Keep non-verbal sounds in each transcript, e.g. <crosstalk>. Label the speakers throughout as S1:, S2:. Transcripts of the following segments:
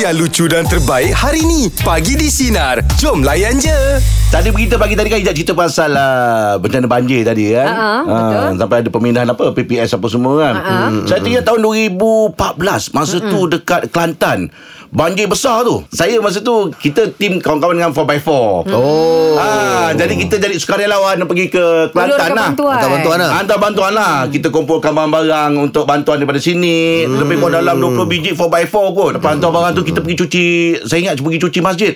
S1: yang lucu dan terbaik hari ni. Pagi di Sinar. Jom layan je.
S2: Tadi berita pagi tadi kan Ijat cerita pasal uh, bencana banjir tadi kan.
S3: Ha, ha,
S2: Ah,
S3: betul.
S2: sampai ada pemindahan apa PPS apa semua kan. Hmm. Saya teringat tahun 2014 masa tu dekat Kelantan. Banjir besar tu. Saya masa tu kita tim kawan-kawan dengan 4x4. Oh. Ah, jadi kita jadi sukarelawan pergi ke Kelantan
S3: Urutkan
S2: lah.
S3: bantuan.
S4: Hantar bantuan lah.
S2: Hantar bantuan lah. Kita kumpulkan barang-barang untuk bantuan daripada sini. Hmm. Lebih kurang dalam 20 biji 4x4 kot. Lepas hantar barang tu kita pergi cuci. Saya ingat pergi cuci masjid.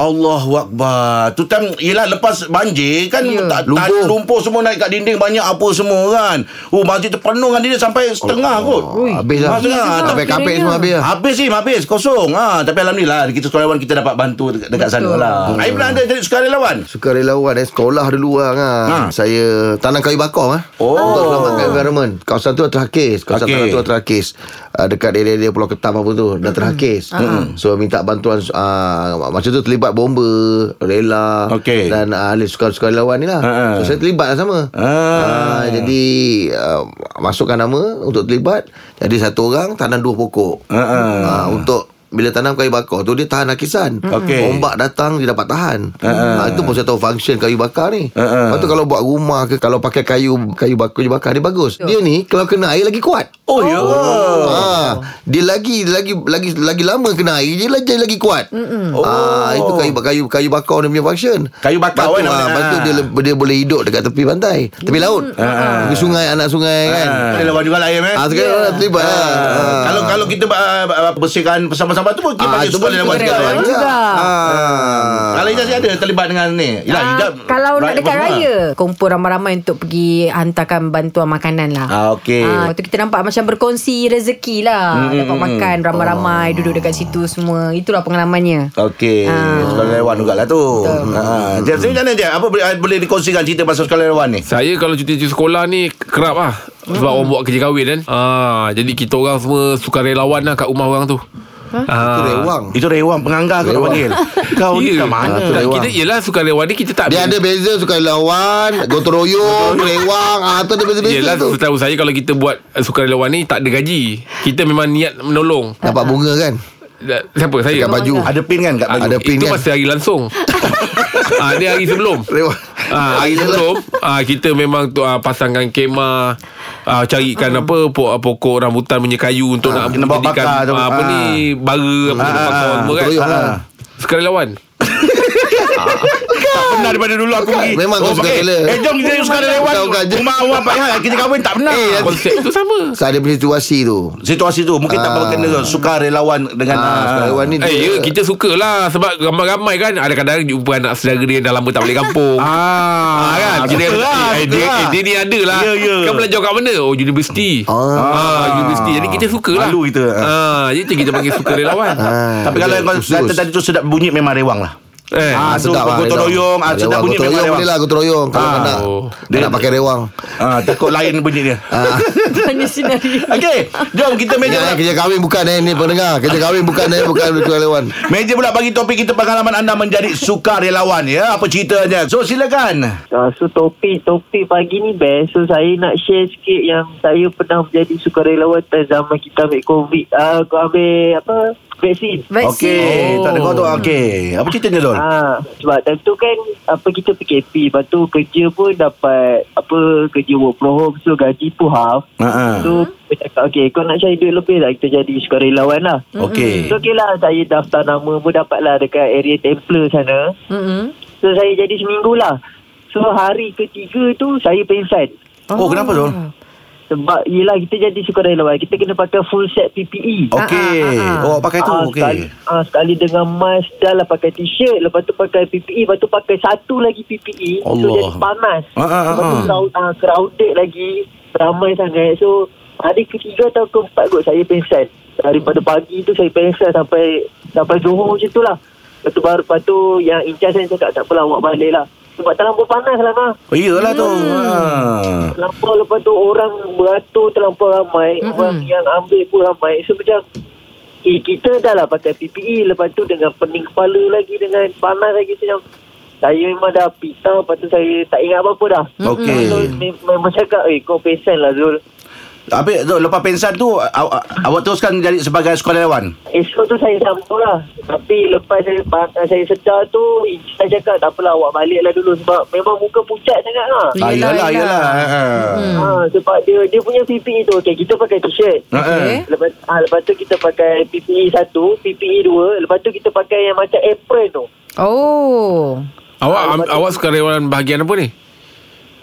S2: Allahu Akbar. Tu time yelah lepas banjir kan
S3: Ya.
S2: tak lumpuh. lumpuh semua naik kat dinding banyak apa semua kan. Oh masjid tu penuh kan dinding sampai setengah kot.
S4: Ui. Habis lah.
S2: Masjid
S3: Habis
S2: lah.
S3: juga.
S2: Tapi
S4: Sampai kapek semua habis lah.
S2: Habis sih habis Kosong ha, Tapi Alhamdulillah Kita sukarelawan Kita dapat bantu Dekat, dekat sana
S3: Betul.
S2: lah Aib pula anda jadi sukarelawan
S4: Suka relawan eh Sekolah dulu lah kan.
S2: Ha.
S4: ha. Saya Tanam kayu bakar eh
S2: Oh.
S4: Untuk selamatkan environment Kawasan tu dah terhakis Kawasan
S2: Okey.
S4: okay. tanah tu dah terhakis uh, Dekat area-area Pulau Ketam apa tu Dah terhakis mm. So minta bantuan uh, Macam tu terlibat bomba Rela
S2: Okey.
S4: Dan uh, ahli suka-suka relawan ni lah
S2: Ha, ha.
S4: So saya terlibat lah sama
S2: Ah.
S4: Ah, Jadi uh, Masukkan nama Untuk terlibat Jadi satu orang Tanam dua pokok
S2: Ha, ha.
S4: Ah, Untuk bila tanam kayu bakar tu dia tahan akisan.
S2: Okey. Ah,
S4: Ombak datang dia dapat tahan. Ha, itu pun saya tahu function kayu bakar ni.
S2: Ha-ha.
S4: Lepas tu kalau buat rumah ke kalau pakai kayu kayu bakar kayu bakar dia bagus. Dia ni kalau kena air lagi kuat.
S2: Oh, ya
S4: Ha, dia lagi lagi lagi lagi lama kena air dia lagi jadi lagi kuat. Oh. Ha, itu kayu kayu kayu bakar dia punya function.
S2: Kayu bakar
S4: Batu,
S2: kan
S4: ha,
S2: namanya.
S4: batu dia le- dia boleh hidup dekat tepi pantai, tepi laut. Tepi sungai anak sungai kan.
S2: Ada lawan juga lah Aim eh
S4: Ah sekarang yeah. terlibat lah.
S2: Ah.
S4: Ha.
S2: Kalau kalau kita uh, uh, bersihkan bersama-sama tu pun kita
S4: Ah,
S2: panggil
S4: tu pun kita
S2: sekolah dalam
S4: kena
S2: juga.
S3: relawan
S4: relawan
S3: juga.
S4: Ah.
S2: Kalau Ijaz ada terlibat dengan ni. Ya, Yalah,
S3: Ah,
S2: Ijaz
S3: kalau nak
S2: right
S3: dekat
S2: apa semua.
S3: raya Kumpul ramai-ramai Untuk pergi Hantarkan bantuan makanan lah
S2: Ah, okey. Hmm,
S3: Ah, tu kita nampak Macam berkongsi rezeki lah Dapat makan Ramai-ramai Duduk dekat situ semua Itulah pengalamannya
S2: Ah. Okey,
S3: Ah.
S2: sekolah relawan jugalah tu. Ha. Jeb, sini macam mana Jeb? Apa boleh, boleh dikongsikan cerita pasal sekolah relawan ni?
S5: Saya kalau cuti-cuti sekolah ni kerap lah sebab mm. orang buat kerja kahwin kan. Ah, jadi kita orang semua sukarelawan lah kat rumah orang tu. Ha?
S4: Itu rewang.
S2: Itu rewang penganggar kau nak
S4: <laughs>
S2: panggil. Ah, Kau ni kat mana?
S4: tu
S5: Tak, Ya.
S4: rewang.
S5: Ah, kita ialah sukarelawan ni kita tak
S4: Dia ada beza suka <laughs> lawan, gotong royong, rewang, ah tu ada beza-beza
S5: Yelah
S4: tu.
S5: setahu saya kalau kita buat eh, sukarelawan ni tak ada gaji. Kita memang niat menolong.
S4: Dapat bunga kan?
S5: Da- Siapa saya?
S4: Dekat baju.
S2: Ada pin kan kat
S5: Ah,
S2: baju?
S4: Ada pin
S5: Itu
S4: kan?
S5: masa hari
S2: <laughs>
S5: langsung. ah, dia hari sebelum.
S4: Rewang.
S5: Ah, hari sebelum ah, Kita memang tu, ah, Pasangkan kemah ah, Carikan apa po- ah, Pokok rambutan punya kayu Untuk nak
S2: Hmm. kena bawa
S5: menjadikan
S2: bakar tu.
S5: ah, Apa
S2: Ah.
S5: ni Bara Apa kena
S2: Ah,
S5: bakar semua kan
S4: terus lah.
S5: Ah. Sekali lawan
S2: Tak pernah daripada dulu aku pergi.
S4: memang kau suka
S2: eh,
S4: rela.
S2: Eh, jom kita sekolah relawan.
S4: Kau kan je.
S2: Rumah awak Pak Ihan, kita kahwin tak pernah.
S4: Eh,
S5: Konsep tu sama
S4: Saya ada situasi tu.
S2: Situasi tu mungkin tak berkena tu, suka relawan dengan
S4: Ah,
S2: ah,
S4: suka lawan ni
S5: Eh, ya,
S4: dia.
S5: kita suka lah Sebab ramai-ramai kan Ada kadang jumpa anak saudara dia yang Dah lama tak balik
S2: <laughs>
S5: kampung Ah, kan
S2: suka
S5: dia,
S2: lah,
S5: eh,
S2: suka
S5: dia,
S2: lah.
S5: eh, dia ni ada lah
S2: Ya, ya.
S5: Kau belajar kat mana Oh universiti ah. universiti Jadi kita suka lah
S2: Malu kita.
S5: ah, Jadi tu kita
S2: <laughs>
S5: panggil suka relawan
S4: Ah,
S2: Tapi kalau kau
S4: khusus.
S2: kata tadi tu sedap bunyi memang rewang lah.
S5: eh.
S2: Ah, tu gotong
S4: rewang.
S2: royong, ah,
S4: Rewang,
S2: sedap bunyi
S4: Gotong
S2: memang
S4: royong
S2: rewang.
S4: boleh lah, gotong royong. Kalau
S2: Ah.
S4: tak nak,
S5: Oh.
S4: tak nak pakai rewang.
S2: Ah, takut lain bunyi dia.
S3: <laughs> Mana sinario
S2: Ah. Okey, jom kita
S4: Ah.
S2: meja
S4: Jangan
S2: pula.
S4: kerja kahwin bukan eh ni pendengar. Kerja kahwin bukan eh bukan suka lawan.
S2: Meja pula bagi topik kita pengalaman anda menjadi sukarelawan ya. Apa ceritanya? So silakan.
S6: Ah, so topik-topik pagi ni best So saya nak share sikit yang Saya pernah menjadi sukarelawan Time zaman kita ambil COVID ah, Kau ambil apa Vaksin
S3: Hmm.
S2: Okey, tak ada kau tu. Okey. Apa ceritanya Dol?
S6: Ah, sebab time tu kan apa kita PKP lepas tu kerja pun dapat apa kerja work from home so gaji pun half
S2: Ha ah.
S6: so aku cakap okay kau nak cari duit lebih lah kita jadi sukarelawan lah
S2: Okey.
S6: so okay lah saya daftar nama pun dapat lah dekat area Templar sana
S2: Oh.
S3: Mm-mm.
S6: so saya jadi seminggu lah so hari ketiga tu saya pengsan
S2: Oh,
S3: Ah,
S2: kenapa Dol?
S6: Sebab yelah kita jadi sukarelawan Kita kena pakai full set PPE
S2: Okey.
S3: Ah, ah, ah.
S2: Oh, pakai tu.
S6: Ah, sekali,
S2: Okey.
S6: ah, sekali dengan mask Dah lah pakai t-shirt Lepas tu pakai PPE Lepas tu pakai satu lagi PPE So
S2: Allah.
S6: jadi panas
S2: Ah, ah,
S6: Lepas tu
S2: ah.
S6: crowd, ah, crowded lagi Ramai sangat So hari ketiga atau keempat kot Saya pengsan Daripada pagi tu saya pengsan Sampai sampai Johor macam tu lah Lepas tu baru Lepas tu yang incas saya cakap Tak apalah awak balik lah Sebab terlampau panas lah Nah
S2: Oh, iyalah tu.
S3: Mm.
S2: Ha.
S6: Terlampau lepas tu orang beratur terlampau ramai
S3: Mm-mm.
S6: mm-hmm. Orang yang ambil pun ramai So macam Eh kita dah lah pakai PPE Lepas tu dengan pening kepala lagi Dengan panas lagi so, macam Saya memang dah pita Lepas tu saya tak ingat apa-apa dah
S2: Okey.
S6: So, mem- memang cakap Eh kau pesen lah Zul
S2: Habis tu, lepas pensan tu aw, aw, Awak teruskan jadi sebagai sukarelawan
S6: Esok Eh, tu saya sambung lah Tapi lepas saya patah saya sedar tu Saya cakap tak apalah awak balik lah dulu Sebab memang muka pucat sangat
S3: Oh,
S6: lah
S2: Ah,
S3: Yelah, yelah. Mm.
S2: yelah.
S6: hmm. ha, Sebab dia dia punya PPE tu okay, Kita pakai t-shirt
S2: Ah, ah.
S3: Okey.
S6: Lepas, ha, lepas tu kita pakai PPE satu PPE dua Lepas tu kita pakai yang macam apron tu
S3: Oh.
S5: Awak am, awak sukarelawan bahagian apa ni?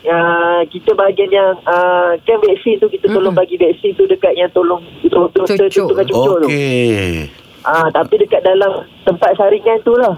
S6: uh, kita bahagian yang uh, kan vaksin tu kita tolong bagi vaksin tu dekat yang tolong tolong tolong
S3: Hmm. Cucuk.
S6: cucuk tu.
S2: Okey
S6: Ah tapi dekat dalam tempat saringan tu lah.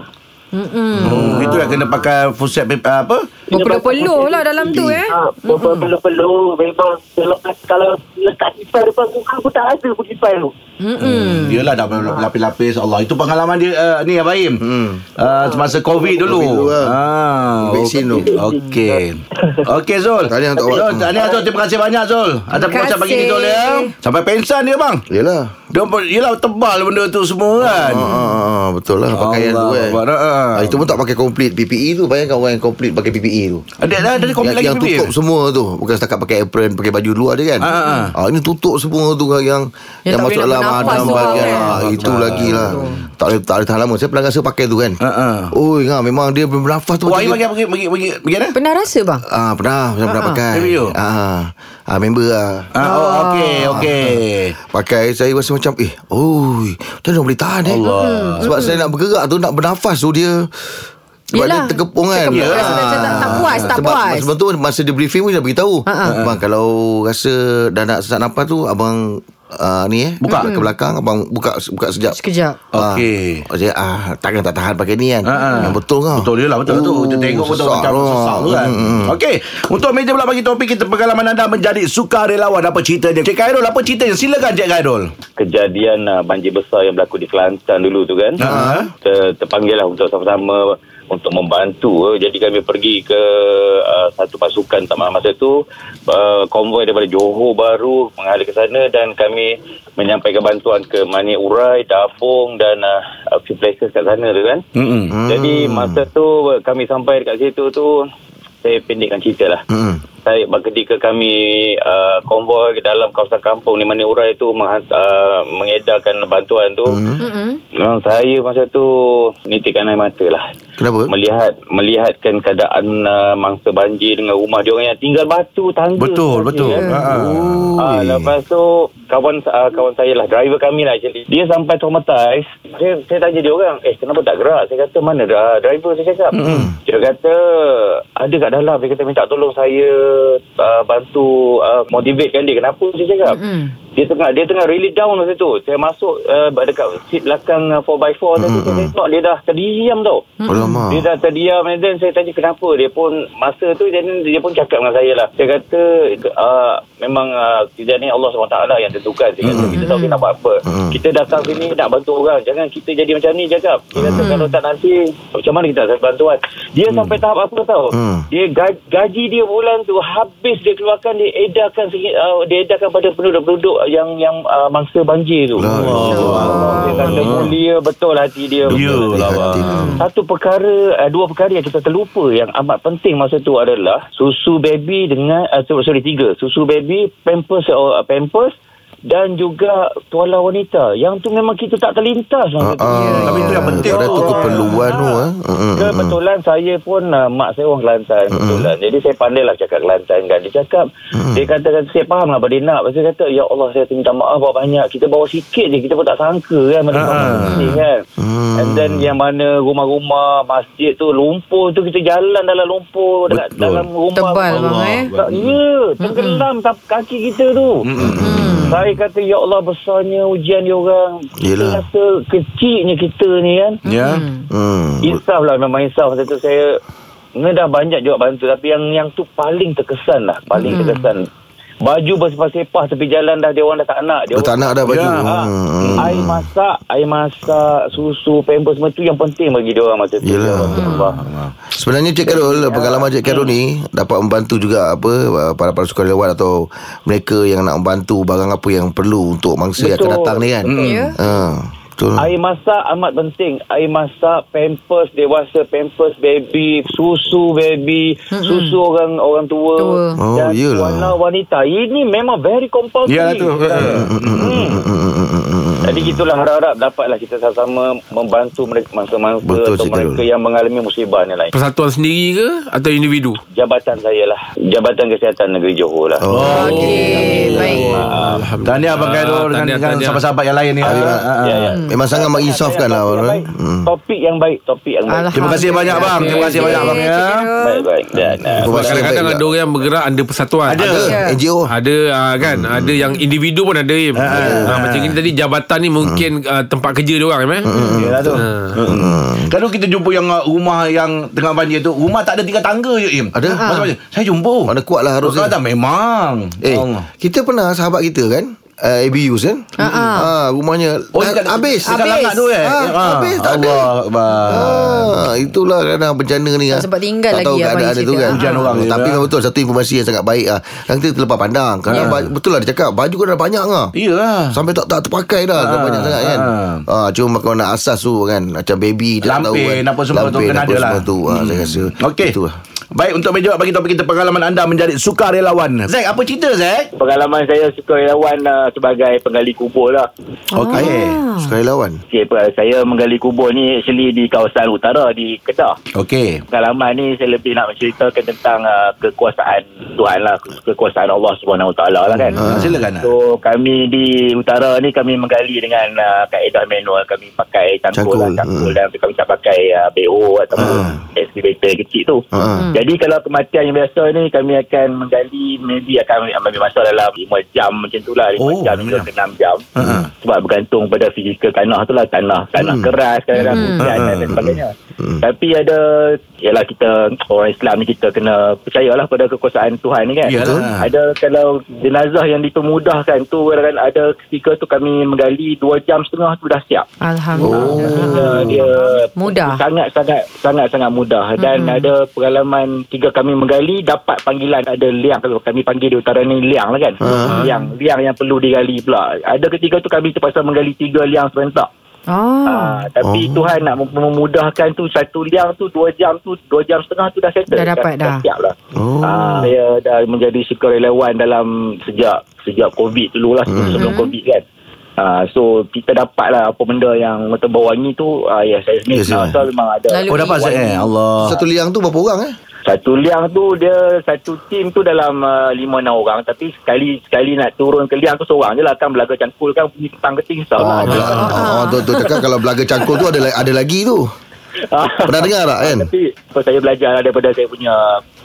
S3: Mm-mm.
S2: Hmm, itulah kena pakai full set pap- ah, apa?
S3: Berpeluh-peluh lah dalam tu eh.
S6: Ah, perlu-perlu memang kalau, kalau letak kipar depan muka aku tak ada pun kipar tu.
S3: Mm-mm.
S2: Yelah dah lapis-lapis Allah Itu pengalaman dia uh, Ni Abang Im hmm. uh, Semasa COVID dulu
S4: Covid dulu, ah.
S2: ah,
S4: Vaksin tu.
S2: Okey Okey Zul
S4: Tahniah untuk awak.
S2: Zul Tahniah Zul Terima kasih banyak Zul Atas
S3: Terima
S2: pengucapan pagi ni Zul ya
S3: kasih.
S2: Sampai pensan dia bang
S4: Yelah
S2: dia pun, yelah tebal benda tu semua kan
S4: Ah, ah, ah, betul lah pakaian
S2: Allah
S4: tu kan.
S2: Akbar, ah.
S4: Ah, itu pun tak pakai komplit PPE tu. Bayangkan orang yang komplit pakai PPE tu.
S2: Ada dah dari komen lagi
S4: yang, yang
S2: Bibi?
S4: tutup semua tu Bukan setakat pakai apron Pakai baju luar dia kan
S2: Ah, ah,
S4: ah, Ini tutup semua tu kan, Yang
S3: Yang
S4: Yang
S3: tak
S4: masuk
S3: boleh nak
S4: dalam
S3: bernafas
S4: Adam
S3: tu
S4: bagian
S3: kan.
S4: ah, Itu lagi lah Tak boleh tak boleh tahan lama Saya pernah rasa pakai tu kan
S2: Ah, ah.
S4: Oh ingat memang dia bernafas tu
S2: Wah,
S4: macam
S2: Im
S4: dia-
S2: bagi bagi bagi bagi bagi mana?
S3: Pernah rasa bang?
S4: Ah pernah Saya pernah pakai
S2: Maybe you.
S4: ah, ah, Member lah
S2: Ah, oh, okey, okey.
S4: Pakai saya rasa macam Eh oh Macam mana boleh tahan eh Allah. Sebab saya nak bergerak tu Nak bernafas tu dia sebab
S3: Yelah,
S4: dia terkepung kan Ah,
S3: terkepung. Rasa macam tak- tak puas, tak
S4: sebab,
S3: puas. Ha,
S4: Sebab tu masa dia briefing pun dia beritahu uh-huh.
S2: Ha.
S4: Abang kalau rasa Dah nak sesak nafas tu Abang uh, ni eh Buka ke belakang Abang buka buka sekejap
S3: Sekejap.
S4: Ah,
S2: Okey.
S4: Saya ah, Takkan tak tahan pakai ni kan
S2: Ah, ah.
S4: Yang betul kau
S2: Betul dia lah betul tu. Kita tengok betul macam sesak tu kan. Okey, untuk meja pula bagi topik kita pengalaman anda menjadi sukarelawan apa ceritanya? Cik Khairul apa ceritanya? Silakan Cik Khairul.
S7: kejadian uh, banjir besar yang berlaku di Kelantan dulu tu kan.
S2: Ha.
S7: Ter, terpanggil lah untuk sama-sama untuk membantu. eh. Jadi kami pergi ke uh, satu pasukan tak malam masa tu uh, konvoi daripada Johor Baru mengalir ke sana dan kami menyampaikan bantuan ke Manik Urai, Dapung dan uh, a few places kat sana tu kan.
S2: Mm-mm.
S7: Jadi masa tu uh, kami sampai dekat situ tu saya pendekkan cerita lah.
S4: Mm-mm.
S7: Saya ketika kami uh, konvoi ke dalam kawasan kampung di mana urai itu menghantar, uh, mengedarkan bantuan tu. Hmm.
S3: Mm-mm.
S7: saya masa tu nitikkan air mata lah.
S4: Kenapa?
S7: Melihat melihatkan keadaan uh, mangsa banjir dengan rumah dia orang yang tinggal batu tangga.
S2: Betul,
S7: saja,
S2: betul.
S7: kan.
S2: Ha.
S7: Ah, lepas tu kawan uh, kawan saya lah driver kami lah actually. Dia sampai traumatized. Saya saya tanya dia orang, "Eh, kenapa tak gerak?" Saya kata, "Mana dah driver?" Saya cakap. Mm-hmm. Dia kata, "Ada kat dalam." Dia kata minta tolong saya uh, bantu uh, motivatekan dia. Kenapa? Saya cakap.
S3: Mm-mm.
S7: Dia tengah dia tengah really down masa tu. Saya masuk uh, dekat seat belakang uh, 4x4 mm-hmm. tu saya tengok dia dah terdiam tau.
S4: Alamak
S7: Dia dah terdiam And then saya tanya kenapa Dia pun Masa tu dia, dia pun cakap dengan saya lah Dia kata uh, Memang uh, Kejadian ni Allah SWT lah yang tentukan Dia kata kita tak boleh nak buat apa Kita datang sini nak bantu orang Jangan kita jadi macam ni cakap Dia kata kalau tak nanti Macam mana kita nak cari bantuan Dia sampai tahap apa tau
S4: Hmm.
S7: Dia ga- gaji dia bulan tu Habis dia keluarkan Dia edarkan segi- uh, Dia edarkan pada penduduk-penduduk Yang yang uh, mangsa banjir tu
S4: Lah,
S7: Dia kata mulia betul hati dia Betul hati
S2: Yelah,
S7: dia.
S2: bang.
S7: Satu perkara, uh, dua perkara yang kita terlupa yang amat penting masa tu adalah susu baby dengan, uh, sorry, sorry, tiga. Susu baby, pampers, uh, pampers dan juga tuala wanita. Yang tu memang kita tak terlintas masa
S4: Ah,
S7: tu.
S2: Tapi itu yang penting
S4: Ada tu
S2: tu.
S4: keperluan tu ah. Mm-mm.
S7: Kebetulan saya pun uh, mak saya orang Kelantan kebetulan. Jadi saya pandailah cakap Kelantan kan. Dia cakap dia kata kata saya faham lah apa dia nak. Lepas tu dia kata ya Allah saya minta maaf bawa banyak. Kita bawa sikit je kita pun tak sangka kan masa
S4: Ah.
S7: uh kan.
S4: Mm.
S7: And then yang mana rumah-rumah masjid tu lumpur tu kita jalan dalam lumpur dekat
S2: Betul.
S7: dalam rumah
S3: Tebal bang eh.
S7: tak, ya, tenggelam mm kaki kita tu. Mm-mm. Saya kata, Ya Allah besarnya ujian diorang.
S4: Yelah.
S7: Kita rasa kecilnya kita ni kan.
S2: Ya.
S4: Hmm.
S7: Insaf lah memang insaf Masa tu saya Ni dah banyak juga bantu Tapi yang yang tu paling terkesan lah Paling hmm. terkesan Baju bersepah-sepah tepi jalan dah Dia orang dah tak nak dia
S4: Dah tak nak dah baju.
S7: Ya, ha.
S4: Hmm.
S7: Air masak Air masak Susu Pampers semua tu Yang penting bagi dia orang masa tu
S4: Yelah.
S7: Ya Allah.
S4: Sebenarnya Cik Karol
S2: Ya.
S4: Pengalaman Cik Karol ni Dapat membantu juga apa uh, Para-para sukarelawan Atau mereka yang nak membantu Barang apa yang perlu Untuk mangsa yang akan
S2: Hmm.
S7: Betul.
S4: datang ni kan
S3: Ya.
S4: Ha. Betul lah.
S8: Air masak amat penting. Air masak, pampers dewasa, pampers baby, susu baby, mm-hmm. susu orang orang tua.
S3: Tua.
S4: Oh,
S8: dan
S4: yelah.
S8: warna wanita. Ini memang very compulsory.
S2: Ya, tu.
S8: Hmm. Jadi gitulah harap-harap dapatlah kita sama-sama membantu mereka mangsa-mangsa
S4: Betul,
S8: atau
S4: Cik Tarul.
S8: mereka yang mengalami musibah ni lain.
S5: Persatuan sendiri ke Atau individu
S8: Jabatan saya lah. Jabatan Kesihatan Negeri Johor lah.
S4: Oh.
S2: Hmm.
S3: Okey,
S2: Oh.
S3: baik.
S5: Alhamdulillah
S2: Tahniah Abang Khairul dengan,
S5: Tahniah,
S2: dengan
S5: tahniah.
S2: sahabat-sahabat yang lain ni. Ah, ah, ah.
S8: Ya, ya.
S4: Memang sangat menginsafkan lah
S8: Topik yang
S4: orang.
S8: baik.
S4: Hmm.
S8: Topik yang baik, topik yang baik.
S2: Terima kasih banyak bang. Terima kasih banyak bang ya.
S8: Baik-baik. Dan uh,
S5: Sebab
S4: Perbuatan
S5: kadang-kadang
S4: baik
S5: ada orang yang bergerak Under persatuan
S2: Ada. Oh.
S4: juga. NGO.
S5: Ada ah, kan hmm. Ada yang individu pun ada Im. Ah, Macam ni tadi Jabatan ni mungkin
S2: Hmm.
S5: ah, Tempat kerja dia orang Im, eh?
S2: Yalah lah tu. Hmm. Kalau kita jumpa yang uh, rumah yang tengah banjir tu, rumah tak ada tiga tangga je Im.
S4: Ada?
S2: Macam-macam. Saya jumpa.
S4: Mana kuat lah harusnya.
S2: Kalau tak memang.
S4: Eh,
S2: Allah.
S4: kita pernah sahabat kita kan? Uh, ABUs kan?
S3: Ha-ha.
S4: Ah, rumahnya
S2: Oh,
S4: Ah,
S2: dekat,
S4: habis.
S2: Dekat
S3: Habis.
S2: langkat tu eh.
S4: Ah, habis, tak ada.
S2: Allah Akbar.
S4: Ah, itulah kadang bencana ni ah.
S3: Oh, sebab tinggal
S4: tak
S3: lagi
S4: tahu
S3: abang
S4: keadaan dia
S3: cerita. ah.
S4: tu kan
S2: Hujan orang je,
S4: Tapi
S2: bang.
S4: memang betul Satu informasi yang sangat baik ah. Yang kita terlepas pandang Kerana
S2: Ya.
S4: ba- betul lah dia cakap Baju kau dah banyak lah
S2: Iyalah.
S4: Sampai tak tak terpakai dah
S2: Ah,
S4: ha, Banyak sangat kan ha. Cuma kau nak asas tu kan Macam baby dia tak tahu kan
S2: Lampin apa semua tu
S4: Lampin,
S2: kena
S4: apa
S2: ada lah.
S4: semua tu ah, Saya rasa
S2: Okey.
S4: Itu lah
S2: Baik untuk menjawab bagi topik kita pengalaman anda menjadi sukarelawan. Zack, apa cerita
S8: uh,
S2: Zack?
S8: pengalaman saya sukarelawan uh, sebagai penggali kubur lah.
S2: Okey.
S4: Sekali lawan
S8: Okay, pe- saya menggali kubur ni actually di kawasan utara di Kedah.
S2: Okey.
S8: Pengalaman ni saya lebih nak menceritakan tentang uh, kekuasaan Tuhan lah, kekuasaan Allah Subhanahu Wa Taala lah kan.
S2: Ha, silakan.
S8: So kami di utara ni kami menggali dengan uh, kaedah manual kami pakai cangkul, cangkul.
S4: Cangkul,
S8: Lah, cangkul
S2: hmm.
S8: dan kami tak pakai uh, BO atau
S2: Ah.
S8: uh. excavator kecil tu.
S4: Ah.
S8: Uh. Jadi kalau kematian yang biasa ni kami akan menggali maybe akan ambil masa dalam 5 jam macam tu lah 5
S2: Oh,
S8: oh, jam
S2: lima Ah, jam.
S8: ke 6 jam. Uh. Sebab bergantung pada fizikal tanah tu lah tanah tanah
S4: Hmm.
S8: keras kadang-kadang hujan
S2: Ah.
S8: dan sebagainya. Tapi ada ialah kita orang Islam ni kita kena percayalah pada kekuasaan Tuhan ni kan.
S2: Yalah.
S8: Ada kalau jenazah yang dipermudahkan tu kan ada ketika tu kami menggali 2 jam setengah tu dah siap.
S2: Oh.
S3: Alhamdulillah.
S8: Dia, dia
S3: Mudah.
S8: sangat sangat sangat sangat mudah dan hmm. ada pengalaman tiga kami menggali dapat panggilan ada liang kalau kami panggil di utara ni liang lah kan.
S6: Ya,
S4: Ah.
S8: Liang liang yang perlu digali pula. Ada ketika tu kami terpaksa menggali tiga liang serentak.
S3: Ah.
S9: Hmm.
S8: Ah, tapi
S4: Oh.
S8: oh. Tuhan nak mem- memudahkan tu satu liang tu dua jam tu dua jam setengah tu dah settle
S3: Dah dapat
S8: dah,
S3: dah.
S8: dah siap lah
S4: Oh.
S8: ah, saya dah menjadi sukarelawan dalam sejak sejak covid dulu lah hmm. sebelum covid kan ah, so kita dapat lah apa benda yang mata bau wangi tu ah, ya saya sendiri
S4: Yes,
S8: yes, so
S4: sir.
S8: memang ada
S3: Lalu-
S2: Oh dapat Zack eh. Allah.
S4: Satu liang tu berapa orang eh?
S8: satu liang tu dia satu tim tu dalam uh, lima enam orang tapi sekali sekali nak turun ke liang tu seorang je lah kan belaga cangkul kan bunyi petang keting sah lah
S4: Oh, bela- oh, tu, tu cakap kalau belaga cangkul tu ada la- ada lagi tu. Pernah dengar tak kan?
S8: Tapi so, saya belajar lah daripada saya punya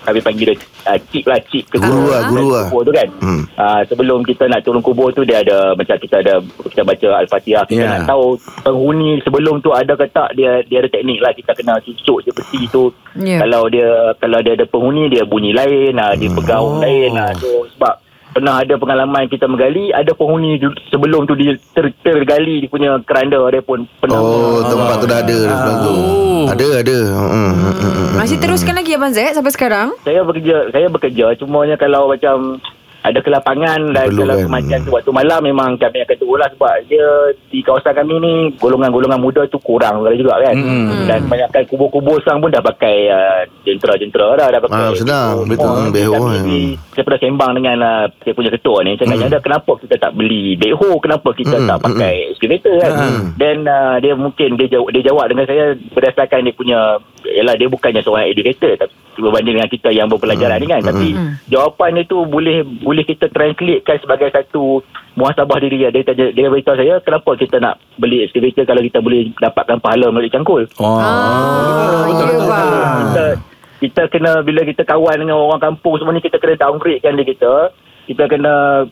S8: kami panggil dia uh, cip lah cip ke
S4: Guru lah, guru lah.
S8: kubur tu kan
S4: Hmm.
S8: uh, sebelum kita nak turun kubur tu dia ada macam kita ada kita baca Al-Fatihah kita
S2: Ya.
S8: nak tahu penghuni sebelum tu ada ke tak dia dia ada teknik lah kita kena cucuk je peti tu
S3: Ya.
S8: kalau dia kalau dia ada penghuni dia bunyi lain lah, dia pegaung lain lah. so, sebab pernah ada pengalaman kita menggali ada penghuni du- sebelum tu dia ter, tergali dia punya keranda dia pun pernah
S4: Oh, tempat tu dah ada dah sebelum tu.
S2: Ah.
S5: Oh.
S4: Ada, ada. Hmm. hmm, hmm, hmm.
S3: Masih teruskan lagi Abang Zaid sampai sekarang?
S8: saya bekerja saya bekerja cumanya kalau macam ada ke lapangan dan
S4: Perlukan.
S8: kalau kematian tu waktu malam memang kami akan turun lah sebab dia di kawasan kami ni golongan-golongan muda tu kurang sekali juga kan
S2: Hmm.
S8: dan kebanyakan kubur-kubur sekarang pun dah pakai uh, jentera-jentera lah, dah dah pakai
S4: Ah, senang. Betul.
S8: Oh,
S2: Hmm,
S4: Beho,
S8: tapi
S4: eh.
S8: di- saya pernah sembang dengan uh, saya punya ketua ni saya tanya dia kenapa kita tak beli beho kenapa kita tak pakai excavator kan dan uh, dia mungkin dia jawab, dia jawab dengan saya berdasarkan dia punya ialah dia bukannya seorang educator tapi berbanding dengan kita yang berpelajaran ni kan tapi jawapan dia tu boleh boleh kita translatekan sebagai satu muhasabah diri dia dia, tanya- dia beritahu saya kenapa kita nak beli excavator kalau kita boleh dapatkan pahala melalui cangkul
S3: Ah, ya bang.
S8: kita kita kena bila kita kawan dengan orang kampung semua ni kita kena downgrade kan diri kita kita kena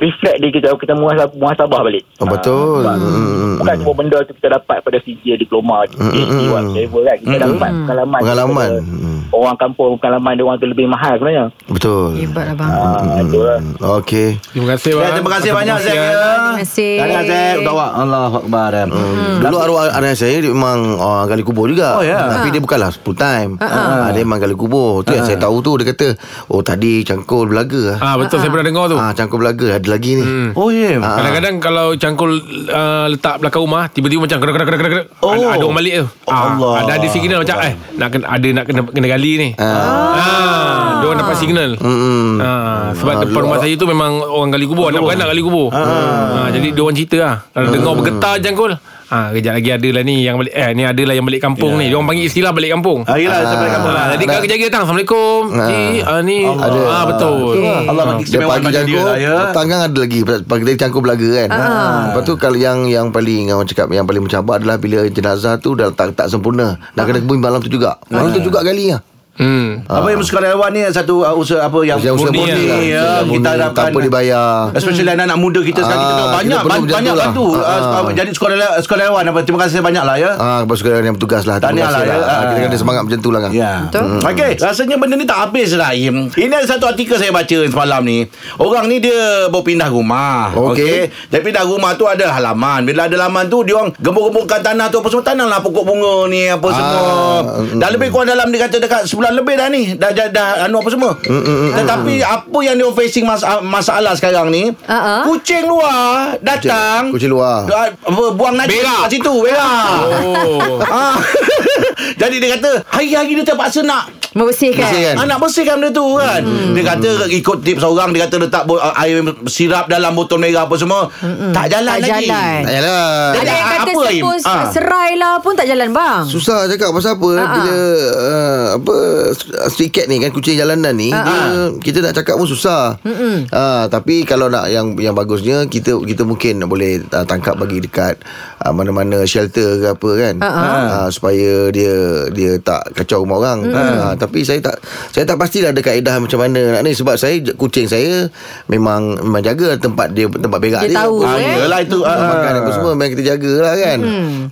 S8: reflect diri kita kita muhasabah, muhasabah balik
S4: Oh, betul.
S8: Ah, sebab
S4: Hmm, hmm,
S8: bukan semua benda tu kita dapat pada CGA diploma PhD
S4: hmm.
S8: whatever kan kita dapat
S9: Hmm.
S8: pengalaman
S4: Pengalaman.
S8: daripada
S4: Hmm.
S8: orang kampung pengalaman dia orang tu lebih mahal sebenarnya
S4: Betul.
S3: Hebat abang.
S8: ah, itulah
S4: Hmm, Okey.
S5: Terima kasih
S2: Ya,
S5: bang.
S2: terima kasih
S5: Atas
S2: banyak Zack.
S5: perkongsian.
S2: ya.
S3: Terima kasih.
S2: Tahniah Zack untuk awak. Allahu Akbar. eh.
S3: Hmm.
S4: Dulu arwah anak saya dia memang uh, gali kubur juga.
S2: Oh, ya. Ha,
S4: Tapi dia bukanlah full Ah, time. Uh-huh. Dia memang gali kubur. Tu yang saya tahu tu dia kata, "Oh, tadi cangkul belaga."
S5: Ah betul saya pernah dengar tu.
S4: Ah, cangkul belaga ada lagi ni. Hmm.
S2: Oh yeah
S4: Ah.
S5: Kadang-kadang kalau cangkul uh, letak belakang rumah tiba-tiba macam kena kena kena kena.
S2: Oh.
S5: Ada, ada orang balik tu. Ah,
S2: Oh, Allah.
S5: Ada ada signal macam eh nak kena ada nak kena kena gali ni. Ah. ah. Dia orang dapat signal.
S4: Mm-mm.
S5: Ah, sebab depan rumah saya tu memang orang gali kubur, anak beranak gali kubur. Ah. jadi dia orang cerita lah. Kalau dengar bergetar jangkul, ah kejap lagi ada lah ni yang balik eh ni ada lah yang balik kampung ni. Dia orang panggil istilah balik kampung.
S2: Ah, yelah, sampai kamu lah.
S5: Ah, jadi kalau kerja datang Assalamualaikum. Ji, ah, ni ada. Ah betul.
S2: Allah bagi
S4: Dia
S2: kesemewaan
S4: pagi
S2: pada dia
S4: jangkul
S2: lah ya.
S4: Petang kan ada lagi Pagi tadi cangkul belaga kan ah. Lepas tu kalau yang Yang paling Orang cakap Yang paling mencabar adalah Bila jenazah tu Dah tak, tak sempurna Dah kena kebun malam tu juga Malam
S2: Ah.
S4: tu juga kali lah
S5: Hmm.
S2: Apa yang sukarelawan ni satu uh, usaha apa yang
S4: Yang Ah. usaha
S5: Murni
S4: murni
S5: lah.
S4: lah
S2: Ya,
S4: Usaha
S2: kita
S4: murni,
S2: harapkan-
S4: Tanpa dibayar
S2: Especially anak-anak muda kita sekarang
S4: Ah,
S2: kita tahu
S4: kita
S2: banyak
S4: perlu
S2: banyak,
S4: macam
S2: banyak
S4: tu lah.
S2: bantu. Ah,
S4: Ah.
S2: jadi sukarela- sukarelawan apa terima kasih banyak lah ya.
S4: Ah, Kepada segala yang bertugas lah Terima
S2: Tahniah
S4: kasih
S2: lah,
S4: lah
S2: ya.
S4: Ah, Kita
S2: Ah.
S4: kena semangat macam tu lah kan
S2: Ya.
S3: Betul.
S2: Hmm. Okey, rasanya benda ni tak habis lah Im. Ini ada satu artikel saya baca semalam ni. Orang ni dia baru pindah rumah.
S4: Okey.
S2: Okey. Dia pindah rumah tu ada halaman. Bila ada halaman tu dia orang gembur-gemburkan tanah tu apa semua tanam lah pokok bunga ni apa semua. Dah lebih kurang dalam dia kata dekat sebulan lebih dah ni. Dah dah, dah anu apa semua. Tetapi apa yang dia facing mas- masalah sekarang ni?
S3: Ah, ah.
S2: Kucing luar datang.
S4: kucing luar.
S2: Ah, apa, Buang najis
S5: Berak.
S2: kat situ. Berak.
S5: <laughs> Oh.
S2: Ah. <laughs> Jadi dia kata Hari-hari dia terpaksa nak
S3: Membersihkan.
S4: Bersihkan.
S2: Kan? Ah, nak bersihkan benda tu kan hmm. Dia kata ikut tips orang Dia kata letak bo- ah, air sirap dalam botol merah apa semua hmm. Tak
S3: Tak
S2: jalan lagi
S3: jalan.
S4: Tak payahlah
S3: Ada yang kata
S2: Apa, Im?
S3: sepul
S2: Ah.
S3: serai lah pun tak jalan bang. Ah,
S4: Susah cakap pasal apa
S3: Ha-ha.
S4: uh-huh. Bila uh, Apa Street cat ni kan Kucing jalanan ni
S3: Ah,
S4: uh-huh. dia, Kita nak cakap pun susah uh, Tapi kalau nak Yang yang bagusnya Kita kita mungkin boleh uh, Tangkap bagi dekat uh, Mana-mana shelter ke apa kan
S3: Ah,
S4: uh-huh. uh, Supaya dia Dia tak kacau rumah orang uh-huh. uh, Tapi saya tak Saya tak pastilah Ada kaedah macam mana nak ni Sebab saya Kucing saya Memang Memang jaga tempat dia Tempat berak
S3: Dia
S4: dia,
S3: tahu,
S4: apa
S2: ah,
S3: eh.
S2: Yelah itu
S4: semua.
S2: ah.
S4: Makan apa semua Memang kita jaga lah kan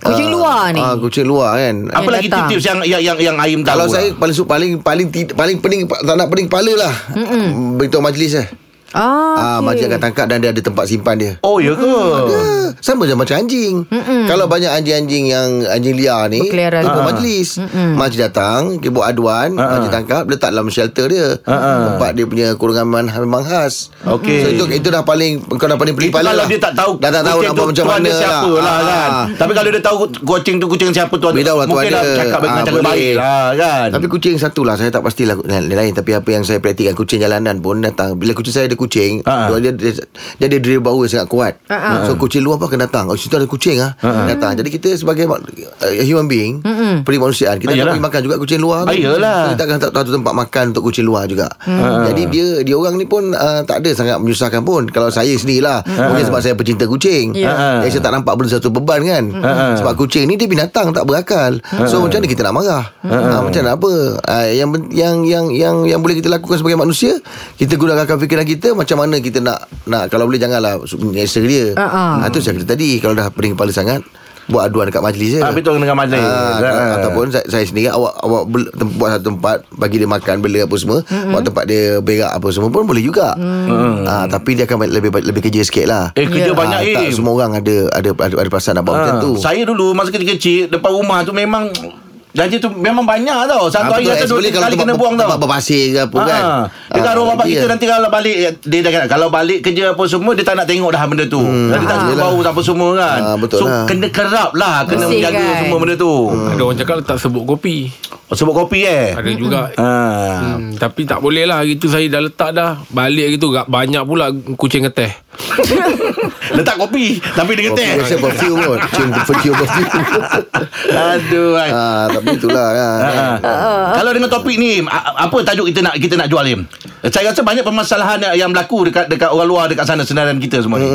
S3: Kucing
S4: Ah,
S3: luar ni.
S4: ah, Kucing luar kan
S2: Apa lagi
S3: datang.
S2: tips yang yang yang, yang Aim tahu
S4: kalau
S2: lah.
S4: saya paling su- paling paling ti- paling pening tak nak pening kepala lah. Mm-mm. Beritahu majlis eh.
S3: Ah,
S4: Ah,
S3: okey.
S4: majlis akan tangkap dan dia ada tempat simpan dia.
S2: Oh ya ke
S4: Ah, Sama je macam anjing Mm-mm. Kalau banyak anjing-anjing yang Anjing liar ni
S3: Berkeliaran.
S4: Ikut
S3: Ah.
S4: majlis Majlis datang Dia buat aduan
S2: Ah.
S4: Majlis tangkap Letak dalam shelter dia Tempat dia punya Kurungan man- memang khas
S2: Okey.
S4: So itu, itu dah paling Kau dah paling
S2: itu
S4: pelipala
S2: kalau
S4: lah
S2: dia tak tahu
S4: Dah tak tahu
S2: kucing
S4: nak
S2: tu
S4: buat macam
S2: tuan
S4: mana
S2: dia siapa lah,
S4: Ah,
S2: kan
S4: ah.
S2: Tapi kalau dia tahu kucing tu kucing siapa tuan
S4: Beritahu lah
S2: Mungkin
S4: tuan
S2: dah
S4: dia.
S2: cakap dengan
S4: Ah,
S2: cara
S4: boleh.
S2: baik lah kan
S4: Tapi kucing satu lah Saya tak pastilah yang lain Tapi apa yang saya praktikkan Kucing jalanan pun datang Bila kucing saya ada kucing
S2: Ha.
S4: uh-huh. dia, dia, dia ada diri bau yang sangat kuat uh-huh. So kucing luar pun akan datang Oh situ ada kucing ah
S2: Ha,
S4: uh-huh. Datang Jadi kita sebagai ma- uh, human being uh-huh. Peri manusiaan Kita
S2: Ayalah.
S4: akan pergi makan juga kucing luar tu.
S2: Ayalah.
S4: so, Kita akan tak satu tempat makan Untuk kucing luar juga uh-huh. Jadi dia dia orang ni pun uh, Tak ada sangat menyusahkan pun Kalau saya sendirilah uh-huh. Mungkin sebab saya pecinta kucing
S2: Ya.
S4: Jadi saya tak nampak benda satu beban kan uh-huh. Sebab kucing ni dia binatang Tak berakal So macam mana kita nak marah uh-huh. Macam mana apa uh, yang, ben- yang yang yang yang boleh kita lakukan sebagai manusia Kita gunakan akal fikiran kita Macam mana kita nak nak Kalau boleh janganlah Menyesa dia
S3: Ha-ha.
S4: Ah, Itu saya kata tadi Kalau dah pering kepala sangat Buat aduan dekat majlis je
S2: Ah, betul dengan majlis.
S4: Ah,
S2: Ah.
S4: Ataupun saya, saya sendiri Awak awak bel- tem- buat satu tempat Bagi dia makan bela apa semua mm-hmm. Buat tempat dia berak apa semua pun Boleh juga mm. ah, Tapi dia akan lebih lebih kerja sikit lah
S2: Eh kerja
S3: Ya.
S2: banyak
S4: Ah, tak
S2: Im.
S4: semua orang ada ada ada, ada perasaan nak buat macam
S2: Ha,
S4: tu.
S2: Saya dulu masa kecil-kecil depan rumah tu memang Janji tu memang banyak tau Satu hari kata
S4: especially Ah,
S2: dua tiga
S4: Eh, kalau
S2: kali
S4: tempat-
S2: kena buang tau
S4: Tempat berpasir ke apa kan.
S2: Ha, Dia kan orang bapak kita nanti kalau balik Dia dah kata Kalau balik kerja apa semua Dia tak nak tengok dah benda tu hmm. Dia tak suka
S4: Ah, Yelah.
S2: bau apa semua kan
S4: Ah, betul
S2: So
S4: lah. Hmm.
S2: kena kerap lah Kena
S3: Bersih
S2: menjaga
S3: kan.
S2: semua benda tu
S5: Ada orang cakap letak sebut kopi.
S2: oh, Sebut kopi eh
S5: Ada juga.
S2: ha.
S5: Hmm, tapi tak boleh lah Hari tu saya dah letak dah Balik hari tu gak- Banyak pula kucing keteh
S2: Letak kopi Tapi dengan teh
S4: Biasa perfume pun Cium perfume perfume
S2: <laughs> Aduh kan.
S4: ah, Tapi itulah kan.
S2: Ha. Kalau dengan topik ni a- apa tajuk kita nak kita nak jual Im? Saya rasa banyak permasalahan yang berlaku dekat dekat orang luar dekat sana senaran kita semua ni.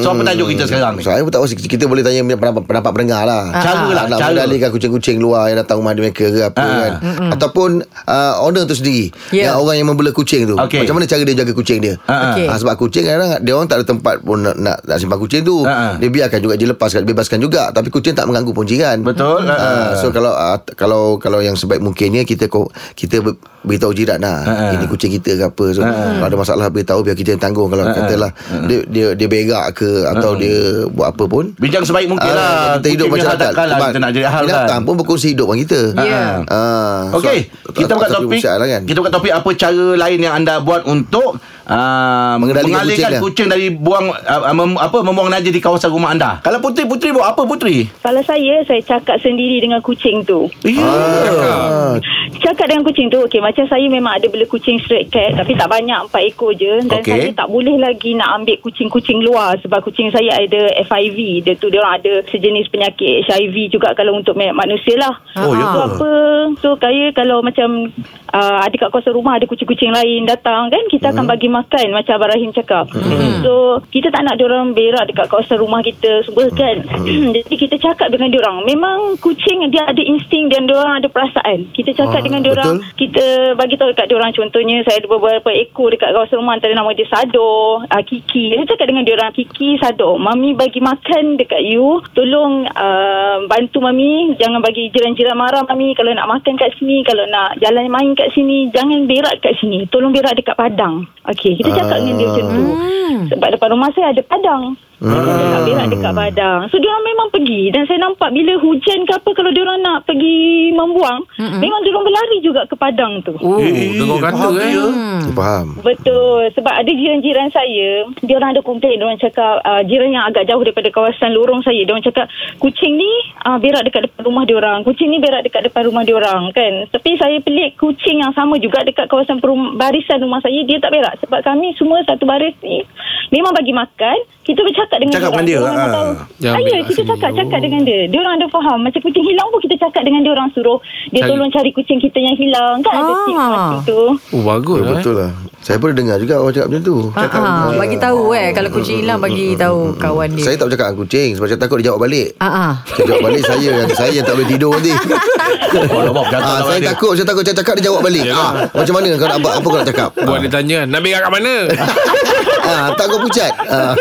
S2: So apa tajuk kita sekarang ni?
S4: Saya pun tak tahu Kita kita boleh tanya pendapat, pendapat pendengar lah
S2: Cara lah,
S4: Nak
S2: cara.
S4: mendalilkan kucing-kucing luar Yang datang rumah mereka ke apa
S2: Ah.
S4: kan Ataupun uh, owner tu sendiri
S3: Ya.
S4: Yang orang yang membela kucing tu
S2: Okey.
S4: Macam mana cara dia jaga kucing dia
S2: Ah,
S3: ah. Okey.
S4: Ah, Sebab kucing kadang Dia orang tak ada tempat pun nak, nak, nak simpan kucing tu
S2: Ah, ah.
S4: Dia biarkan juga je lepas Bebaskan juga Tapi kucing tak mengganggu pun kan? jiran
S2: Betul, ah, ah.
S4: Ah, So kalau ah, t- kalau kalau yang sebaik mungkinnya Kita ko- kita ber- beritahu jiran lah
S2: Ah, ah.
S4: Ini kucing kita ke apa so, Kalau ada masalah beritahu Biar kita yang tanggung
S2: Ah,
S4: Kalau katalah dia, dia, dia berak ke Atau dia buat apa pun
S2: Bijak sebaik Ah, mungkin
S4: Ah,
S2: lah.
S4: kita hidup
S2: Kucing
S4: macam
S2: biar takkan lah
S4: Sebab
S2: kita nak jadi hal
S4: Binatang
S2: kan.
S4: pun berkongsi hidup dengan kita
S3: Ya.
S4: Ah,
S2: Okey,
S4: so,
S2: kita
S4: tak-
S2: buka
S4: tak- lah kan. tak- Ah,
S2: topik.
S4: tak- tak- tak- tak- tak- tak- tak- tak- tak-
S2: Kita buka topik apa cara lain yang anda buat untuk uh,
S4: Mengendalikan
S2: mengalihkan
S4: kucing dia.
S2: kucing, dari buang uh, mem, apa membuang najis di kawasan rumah anda. Kalau putri putri buat apa putri?
S9: Kalau saya, saya cakap sendiri dengan kucing tu.
S2: Ya.
S4: Ah,
S9: Cakap dengan kucing tu Okey macam saya memang ada bela kucing straight cat Tapi tak banyak Empat ekor je Dan
S2: Okey.
S9: okay. saya tak boleh lagi Nak ambil kucing-kucing luar Sebab kucing saya ada FIV Dia tu dia orang ada Sejenis penyakit HIV juga Kalau untuk ma- manusia lah
S3: Ah,
S2: Oh, ya
S9: So
S2: ke?
S9: apa So kaya kalau macam uh, Ada kat kawasan rumah Ada kucing-kucing lain datang Kan kita akan
S4: Hmm.
S9: bagi makan Macam Abang Rahim cakap So kita tak nak diorang berak Dekat kawasan rumah kita Semua kan
S4: Hmm.
S9: <clears throat> Jadi kita cakap dengan diorang Memang kucing Dia ada insting Dan diorang ada perasaan Kita cakap
S4: Ah,
S9: dengan diorang
S4: betul.
S9: kita bagi tahu dekat diorang contohnya saya ada beberapa ekor dekat kawasan rumah antara nama dia Sado uh, Kiki saya cakap dengan diorang Kiki Sado mami bagi makan dekat you tolong uh, bantu mami jangan bagi jiran-jiran marah mami kalau nak makan kat sini kalau nak jalan main kat sini jangan berak kat sini tolong berak dekat padang okey kita cakap dengan dia macam tu sebab depan rumah saya ada padang Jadi dia nak berak dekat padang So diorang memang pergi Dan saya nampak bila hujan ke apa Kalau diorang nak pergi membuang mm Memang diorang berlari juga ke padang tu
S5: Oh, dengar kata
S2: faham
S5: eh.
S2: dia.
S4: dia faham.
S9: Betul Sebab ada jiran-jiran saya Dia orang ada komplain Dia orang cakap uh, Jiran yang agak jauh Daripada kawasan lorong saya Dia orang cakap Kucing ni uh, Berak dekat depan rumah dia orang Kucing ni berak dekat depan rumah dia orang Kan Tapi saya pelik Kucing yang sama juga Dekat kawasan perum- barisan rumah saya Dia tak berak Sebab kami semua Satu baris ni Memang bagi makan Kita bercakap dengan
S2: Cakap
S9: orang.
S2: dengan dia,
S9: Orang
S2: ah.
S9: tahu.
S5: Jangan
S9: Ah, ya,
S5: berak
S9: kita
S5: sendiri.
S9: cakap Cakap
S5: Oh.
S9: dengan dia Dia orang ada faham Macam kucing hilang pun Kita cakap dengan dia orang Suruh dia
S5: Cari.
S9: tolong cari kucing kita yang hilang Kan ada tip
S3: Ah.
S9: macam tu
S5: Oh, bagus
S4: Ya,
S5: lah. eh.
S4: betul lah. Saya pun dengar juga orang cakap macam tu. Cakap
S3: Ha, bagi tahu eh kalau kucing hilang bagi tahu kawan dia.
S4: Saya tak bercakap dengan kucing sebab saya takut dia jawab balik.
S3: Ha ah.
S4: Dia jawab balik saya yang saya yang tak boleh tidur nanti.
S3: <laughs>
S2: Alamak, bercakap
S4: Ah,
S2: lawan
S4: saya
S2: dia.
S4: takut, saya takut saya cakap dia jawab balik. Ah, macam mana kau nak buat? Apa kau nak cakap?
S5: Buat dia tanya, kan, nak berak kat mana?
S4: Ah, tak kau pucat. Ah.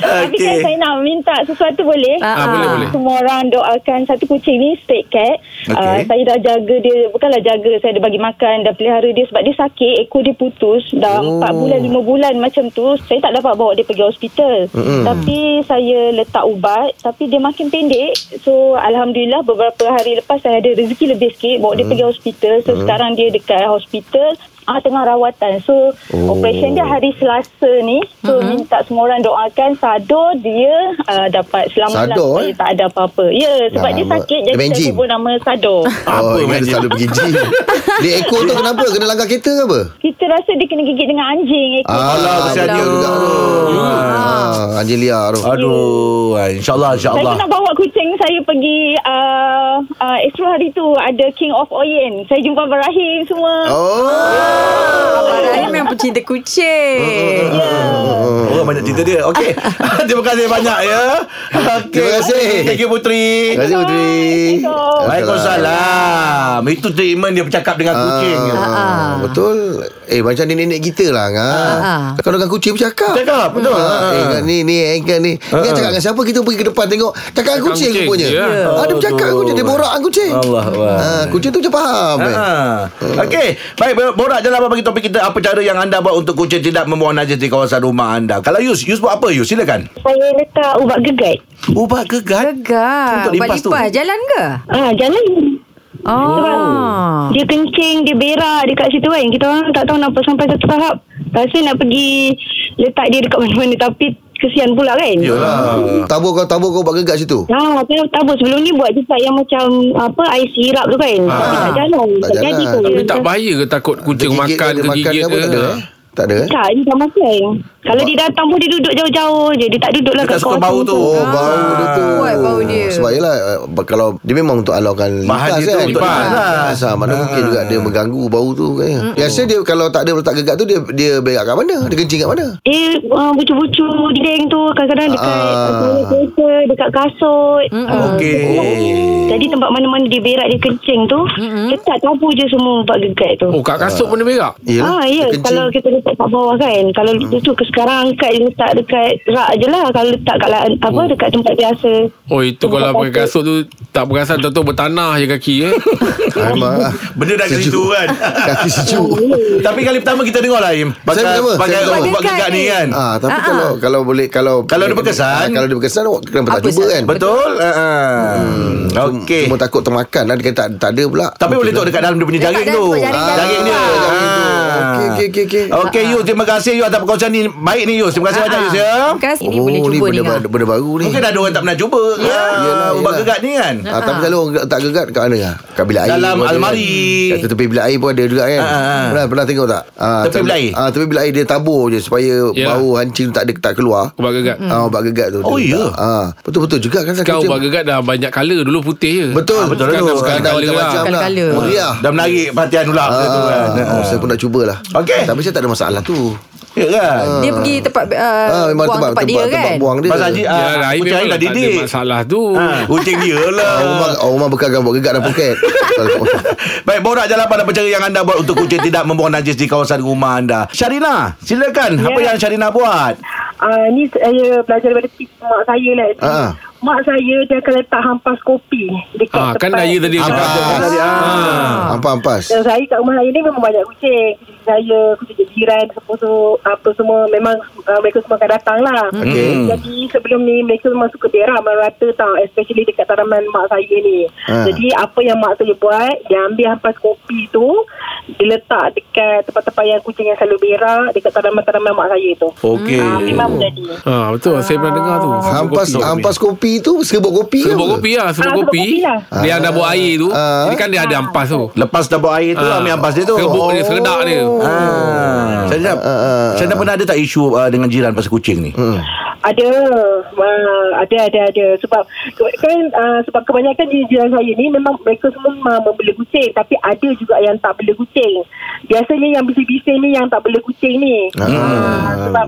S9: Tapi kan saya nak minta sesuatu boleh?
S3: Ah, ah, boleh,
S5: boleh.
S9: Semua orang doakan satu kucing ni straight cat. Okay. Uh, saya dah jaga dia, bukanlah jaga, saya dah bagi makan, dah pelihara dia sebab dia sakit, ekor dia putus dah
S4: Oh.
S9: oh. 4 bulan 5 bulan macam tu. Saya tak dapat bawa dia pergi hospital. Mm-hmm. Tapi saya letak ubat, tapi dia makin pendek. So alhamdulillah beberapa hari lepas saya ada rezeki lebih sikit bawa dia pergi hospital. So sekarang dia dekat hospital. Ah tengah rawatan. So
S4: Oh.
S9: oh. operation dia hari Selasa ni. So mm-hmm. minta semua orang doakan Sado dia uh, dapat selamat
S4: Sado,
S9: lah.
S4: eh?
S9: Tak ada apa-apa. Ya, yeah, sebab
S4: Nama-
S9: dia sakit
S4: dia
S9: jadi
S4: main
S9: saya
S4: gym.
S9: sebut nama
S4: <laughs>
S9: Sado.
S4: Oh, ingat dia selalu pergi gym. Dia ekor tu kenapa? Kena langgar kereta ke apa?
S9: Kita rasa dia kena gigit dengan anjing. eh. ekor.
S4: Alah,
S2: kesian
S4: betul
S2: dia.
S4: juga tu. Ah, anjing liar tu.
S2: Aduh, ah, insyaAllah,
S9: Saya
S2: insyaAllah.
S9: pernah bawa kucing saya pergi uh, uh, Astro hari tu ada King of Orient. Saya jumpa Ibrahim semua.
S4: Oh.
S3: Ah, Abang Rahim memang pecinta kucing.
S2: Orang Oh, banyak cerita dia. Okey. <laughs> Terima kasih banyak ya. Okey.
S4: Terima kasih.
S2: Thank you Putri.
S4: Terima kasih Putri.
S9: Assalamualaikum.
S2: Waalaikumsalam. Itu treatment dia bercakap dengan kucing.
S4: Ah, betul. Eh macam nenek-nenek kita lah kan.
S3: Ah.
S4: Kalau dengan kucing bercakap.
S2: Cakap, betul.
S4: Ah, eh, ni ni eh kan ni. Ingat cakap dengan siapa kita pergi ke depan tengok. Cakap dengan kucing
S5: kucing,
S4: rupanya.
S5: ya.
S4: Ah, dia bercakap dengan kucing dia borak dengan kucing.
S2: Allah Allah.
S4: Ah, kucing tu macam faham. eh.
S2: Ha. Okey, baik ber- borak jalan bagi topik kita apa cara yang anda buat untuk kucing tidak membuang najis di kawasan rumah anda. Kalau Yus, Yus buat apa Yus? Silakan.
S9: Saya letak ubat gegat.
S2: Ubat gegar.
S3: Gegar.
S2: Untuk
S3: Ubat
S2: lipas tu.
S3: lipas jalan ke?
S9: Ah, jalan
S3: Ah. Oh.
S9: Dia kencing, dia berak dekat situ kan. Kita orang tak tahu nak sampai satu tahap. Rasa nak pergi letak dia dekat mana-mana tapi kesian pula kan.
S4: Ah, Tabur kau tabur kau buat gegar situ.
S9: Ha, saya tak tahu sebelum ni buat cepat yang macam apa air sirap tu kan. Ha. Tapi tak jalan.
S4: Ah, Tak
S9: Tak,
S4: jalan.
S9: jadi pun.
S5: Tapi tak bahaya ke takut kucing
S4: Tergigit
S5: makan
S4: dia
S5: ke
S4: makan
S5: gigit
S4: apa tak ada
S5: ke?
S4: eh? Tak ada eh?
S9: Tak, dia tak makan. Kalau dia datang pun dia duduk jauh-jauh je. Dia tak duduk lah
S2: Dia tak suka bau tu.
S4: Oh, bau dia tu.
S3: Kuat bau dia.
S4: Sebab yelah, eh, kalau dia memang untuk alaukan
S2: Bahan
S4: lintas
S2: dia tu lah.
S4: kan.
S2: Ah. untuk
S5: Lipas.
S4: Lipas. Ha, mana mungkin juga dia mengganggu bau tu kan. Biasa dia kalau tak ada letak gegak tu, dia dia berak kat mana? Dia kencing kat mana?
S3: Ah,
S9: Eh, uh, bucu-bucu dinding tu kadang-kadang dekat
S4: Ah.
S9: uh, kereta, dekat kasut. Ah,
S2: Okey.
S9: Jadi tempat mana-mana dia berak, dia kencing tu, mm-hmm. letak tabur je semua ubat gegat tu.
S5: Oh, kat kasut pun dia berak?
S9: ah,
S4: Yelah,
S9: ya.
S4: dia kencing.
S9: Kalau kita letak kat bawah kan. Kalau hmm. tu ke sekarang angkat je letak dekat rak je lah. Kalau letak kat la- apa dekat tempat biasa.
S5: Oh, itu
S9: Tempat
S5: kalau pakai kasut tu tak perasan tu bertanah je kaki eh.
S4: Alamak.
S2: Benda dah ke
S4: Sejuk.
S2: situ
S4: <laughs>
S2: kan.
S4: Kaki Ah, sejuk.
S3: Ah, ya.
S2: Tapi kali pertama kita dengar lah Im. Pasal
S4: Saya pertama,
S2: pakai
S4: saya pertama.
S2: ubat gegar ni kan.
S4: Ah, tapi kalau kalau boleh kalau
S2: Kalau dia berkesan.
S4: Ah, kalau dia berkesan awak kenapa tak
S3: Apa
S4: cuba
S3: saja?
S4: kan?
S2: Betul? Hmm. Okey.
S4: Cuma takut termakan lah dia kata tak, tak ada pula.
S2: Tapi boleh tuk dekat dalam dia punya
S3: Letak
S2: jaring
S3: dalam
S2: tu.
S3: tengok jaring-jaring
S2: Jaring
S3: tu.
S2: dia.
S4: Ah, jaring tu.
S2: Ah.
S4: Okey. okey, okey, okey.
S2: Okey, you terima kasih you atas perkongsian ni. Baik ni you. Terima kasih banyak you
S3: Ah,
S2: ya.
S3: Terima kasih. Ini boleh cuba
S4: Oh, ni
S3: ni. ha?
S4: benda, ba- benda baru ni.
S2: Mungkin ada orang tak pernah cuba. Ya.
S4: Yelah,
S2: Ubat
S4: yelah.
S2: gegat ni kan.
S3: Ha,
S4: Ah, tapi kalau orang tak gegat kat mana? Kat bilik air.
S2: Dalam
S4: pun ada
S2: almari.
S4: Kan? Kat tepi bilik air pun ada juga kan.
S2: Ah, ah, ah.
S4: Pernah pernah tengok tak? Ah,
S2: Tepi bilik air? Ya.
S4: Ah, tepi bilik air dia tabur je supaya
S5: Yelah.
S4: bau hancing tak ada tak keluar.
S5: Ubat
S4: <laughs>
S5: gegat.
S3: Hmm.
S4: Ah, ubat gegat tu.
S2: Oh,
S4: Dia
S2: ya?
S4: letak. Ah, betul-betul juga kan sakit
S5: Sekarang
S4: macam-
S5: ubat gegat dah banyak colour. Dulu putih je.
S4: Betul.
S5: Ah, betul
S4: Sekarang-
S5: dulu.
S4: Sekarang dah
S5: Colour lah.
S4: macam-macam lah.
S3: Colour.
S4: Meriah.
S2: Dah menarik perhatian pula ah. tu kan.
S4: Ah,
S2: Ah.
S4: oh, saya pun nak cubalah.
S2: Okey.
S4: Tapi saya tak ada masalah tu.
S2: Ya kan.
S3: Dia pergi tempat uh,
S4: Ah, memang
S3: buang
S4: tempat
S3: tempat, dia
S4: tempat
S3: kan.
S4: buang dia.
S2: Pasal Haji
S5: Ya,
S2: ah,
S5: Rahim
S2: Kucing Air
S5: memang
S2: dah
S5: tak ada
S2: didik.
S5: masalah tu.
S2: Ah, Kucing dia lah.
S4: Orang rumah, orang rumah bekas kan buat gegat dalam
S2: <laughs>
S4: poket.
S2: Baik, borak jalan pada pencari yang anda buat untuk kucing tidak membuang najis di kawasan rumah anda. Syarina, silakan. Apa
S5: Ya.
S2: yang Syarina buat?
S10: Uh, ni saya belajar daripada tip mak saya lah.
S4: Ah.
S10: Mak saya dia akan letak hampas kopi dekat
S5: Ah, kan
S10: tempat-
S5: Naya tadi
S4: Hampas.
S5: cakap. Ah.
S4: Ampas-ampas.
S10: Dan saya kat rumah saya ni memang banyak kucing. Kucing saya, kucing jiran, semua tu, apa semua. Memang uh, mereka semua akan datang lah.
S4: Okey.
S10: Jadi sebelum ni mereka memang suka berak merata tau. Especially dekat tanaman mak saya ni.
S4: Ah.
S10: Jadi apa yang mak saya buat, dia ambil hampas kopi tu, dia letak dekat tempat-tempat yang kucing yang selalu berak dekat tanaman-tanaman mak saya tu.
S2: Okey.
S10: Ah, memang jadi.
S5: Ah, betul. Saya pernah dengar tu.
S4: Ah. Hampas
S5: Kopi.
S4: hampas kopi tu serbuk kopi ke
S5: Sebut
S4: apa?
S5: kopi lah Sebut
S10: Ah, serbuk
S5: kopi
S10: kopi lah.
S5: Dia ada buat air tu
S4: Ah. lah
S5: Jadi kan dia ada ampas tu
S2: Lepas dah buat air tu,
S5: Ah.
S2: ambil ampas dia tu.
S5: Serbuk
S4: Oh.
S5: dia Seledak dia
S2: Ah. Syarina, Syarina pernah ada tak isu uh, dengan jiran pasal kucing ni?
S4: Hmm.
S10: Ada. Uh, ada, ada, ada. Sebab kan, uh, sebab kebanyakan di jiran saya ni memang mereka semua uh, membela kucing. Tapi ada juga yang tak bela kucing. Biasanya yang bising-bising ni yang tak bela kucing ni.
S4: Ha. Ah,
S10: Uh, sebab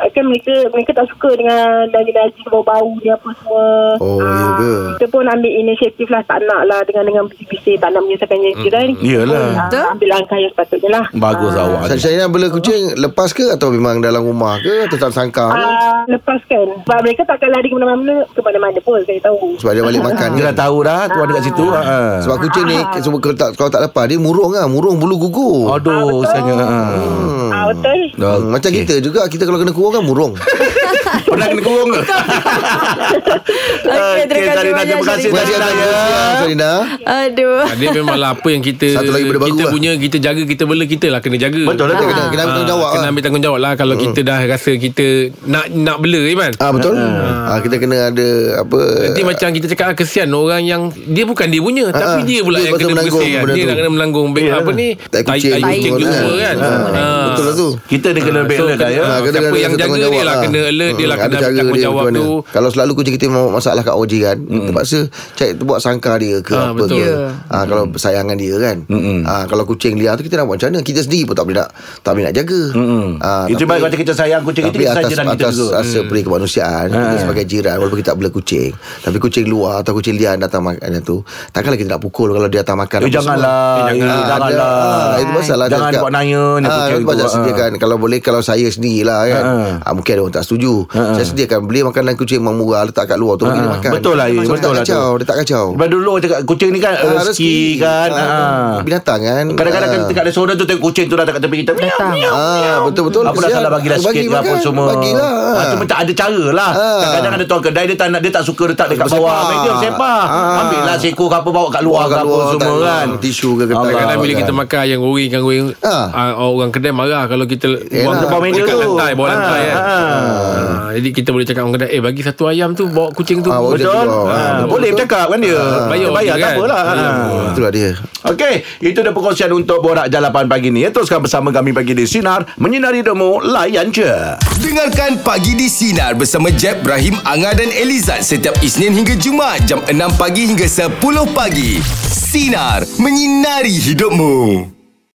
S10: uh, kan mereka mereka tak suka dengan daging-daging bau-bau ni apa semua.
S4: Oh, ya ke?
S10: Ah, Kita pun ambil inisiatif lah. Tak nak lah dengan dengan bising-bising. Tak nak menyusahkan jiran.
S4: Hmm,
S2: Yelah.
S10: Uh, ambil langkah yang sepatutnya lah.
S2: Bagus awak.
S4: Sa- Syarina bela kucing lepas ke atau memang dalam rumah ke atau tak sangka
S8: Ah.
S4: ke?
S10: Uh, lepaskan Sebab mereka takkan lari ke mana-mana Ke mana-mana pun Saya tahu
S4: Sebab dia balik makan
S2: Dia
S4: kan.
S2: dah tahu dah tu ada kat situ. Ah.
S4: Sebab kucing ni sebab kalau tak kalau tak lepas dia murung ah, murung bulu gugur.
S2: Aduh, saya. Ah.
S10: Ah, betul.
S4: Hmm, Macam kita juga Kita kalau kena kurung kan murung
S2: Pernah kena kurung ke?
S3: Okey, terima kasih
S2: Zarina.
S3: banyak,
S2: Terima kasih
S3: Zarina.
S4: Terima
S2: Zarina.
S4: kasih atas Sarina
S3: Aduh.
S5: Ah, Dia memanglah apa yang kita
S4: Satu lagi benda baru
S5: Kita
S4: lah.
S5: punya Kita jaga Kita bela kita lah Kena jaga
S2: Betul lah
S4: Kena
S2: tu.
S4: kena, kena ambil tanggungjawab
S5: Ah, Kena
S4: lah. Hmm.
S5: ambil tanggungjawab lah Kalau kita dah rasa kita Nak nak bela Iman
S4: Ah betul. Ah kita kena ada apa?
S5: Nanti macam kita cakap ah, Kesian orang yang Dia bukan dia punya Tapi
S4: ah.
S5: dia pula
S4: Dia
S5: yang
S4: pasal
S5: kena
S4: menanggung
S5: bersih kan.
S4: benda
S5: Dia
S4: tu.
S5: nak kena menanggung yeah. Apa ni
S4: Tai kucing
S5: Tai kucing
S4: semua
S5: jumpa
S4: kan.
S5: kan
S4: Ah,
S5: Ah.
S4: betul lah tu.
S2: Kita dia kena lebih
S5: So,
S2: alert dah ya.
S5: kena-
S4: Ah, kena
S5: Siapa
S4: ada
S5: yang
S4: satu
S5: jaga
S4: tanggungjawab Ah,
S5: dia lah, kena alert dia lah,
S4: ada
S5: kena
S4: cara dia
S5: tanggungjawab
S4: macam mana.
S5: tu. Hmm.
S4: Kalau selalu kucing kita memang masalah kat OJ kan, terpaksa cari buat sangka dia ke
S5: Ah,
S4: apa
S5: betul. Hmm,
S4: ke.
S5: Ya.
S4: Ah kalau sayangan dia kan. Ah kalau kucing liar tu kita nak buat macam mana? Kita sendiri pun tak boleh nak tak boleh nak jaga.
S5: Hmm,
S4: Ah
S2: Itu
S4: tapi-
S2: baik macam kita sayang kucing kita,
S4: tapi
S2: kita sayang
S4: atas
S2: jiran kita
S4: atas
S2: juga. Hmm. Ha.
S4: rasa perih kemanusiaan kita sebagai jiran walaupun kita tak bela kucing tapi kucing luar atau kucing liar datang makan yang tu takkanlah kita nak pukul kalau dia datang makan
S2: Eh,
S4: apa
S2: janganlah.
S4: semua.
S2: Eh, jangan-
S4: Ah,
S2: janganlah.
S4: ada- ah, itu masalah
S2: Jangan buat naya ni
S4: ah,
S2: kucing
S4: kucing
S2: tu. Ah.
S4: sediakan kalau boleh kalau saya sendirilah kan
S2: Ah.
S4: ah, mungkin ada orang tak setuju
S2: Ha,
S4: saya sediakan beli makanan kucing memang murah letak kat luar tu pergi dia makan
S2: Betul lah, ya,
S4: So, dia
S2: betul
S4: tak
S2: lah tu.
S4: kacau dia tak kacau
S2: Sebab dulu orang cakap kucing ni kan
S4: Ah,
S2: rezeki kan.
S4: Ah,
S2: Ah.
S4: binatang kan
S2: Kadang-kadang
S4: Ah.
S2: kan dekat restoran tu tengok kucing tu datang kat tepi kita. Miau,
S3: Datang.
S2: miau, miau.
S4: Ah, betul-betul
S2: Aku dah
S4: kesian.
S2: salah bagilah
S4: Bagi
S2: sikit ke apa
S4: makan,
S2: semua.
S4: bagilah.
S2: Ah, tu macam ada cara lah.
S4: Ah.
S2: Kadang-kadang ada tuan kedai dia tak nak dia tak suka letak dekat
S4: Bersepah.
S2: bawah. Media sepah.
S4: Ah.
S2: Ambil lah seko ke apa bawa kat luar
S4: Bawa
S2: ke
S4: kat
S2: apa
S4: luar,
S2: semua
S4: tak-
S2: kan.
S4: tisu ke kertas.
S2: Allah.
S5: Kadang-kadang bila
S4: kan.
S5: kita makan yang goreng kan goreng
S4: Ha.
S5: ah. Orang kedai marah kalau kita buang
S4: Yelah,
S2: bawah meja
S5: dekat
S2: tu.
S5: lantai, bawah
S2: Ha,
S5: lantai kan.
S2: ha.
S5: Ah, Jadi kita boleh cakap orang kedai, eh bagi satu ayam tu, bawa kucing tu.
S4: Ah, bawa
S2: Betul.
S4: Betul.
S2: Ah,
S4: Betul. Ah.
S2: Boleh bercakap kan dia.
S5: Bayar
S2: Dia
S5: je
S2: Bayar tak
S5: kan.
S2: apalah.
S5: Bayar.
S2: Ah.
S4: itulah dia
S2: Okey, itu dia perkongsian untuk Borak Jalapan pagi ni. Ya, teruskan bersama kami pagi di Sinar. Menyinari Demo, layan je.
S1: Dengarkan Pagi di Sinar bersama Jeb, Ibrahim, Anga dan Elizad setiap Isnin hingga Jumaat jam 6 pagi hingga 10 pagi. Sinar. Menyinari hidupmu.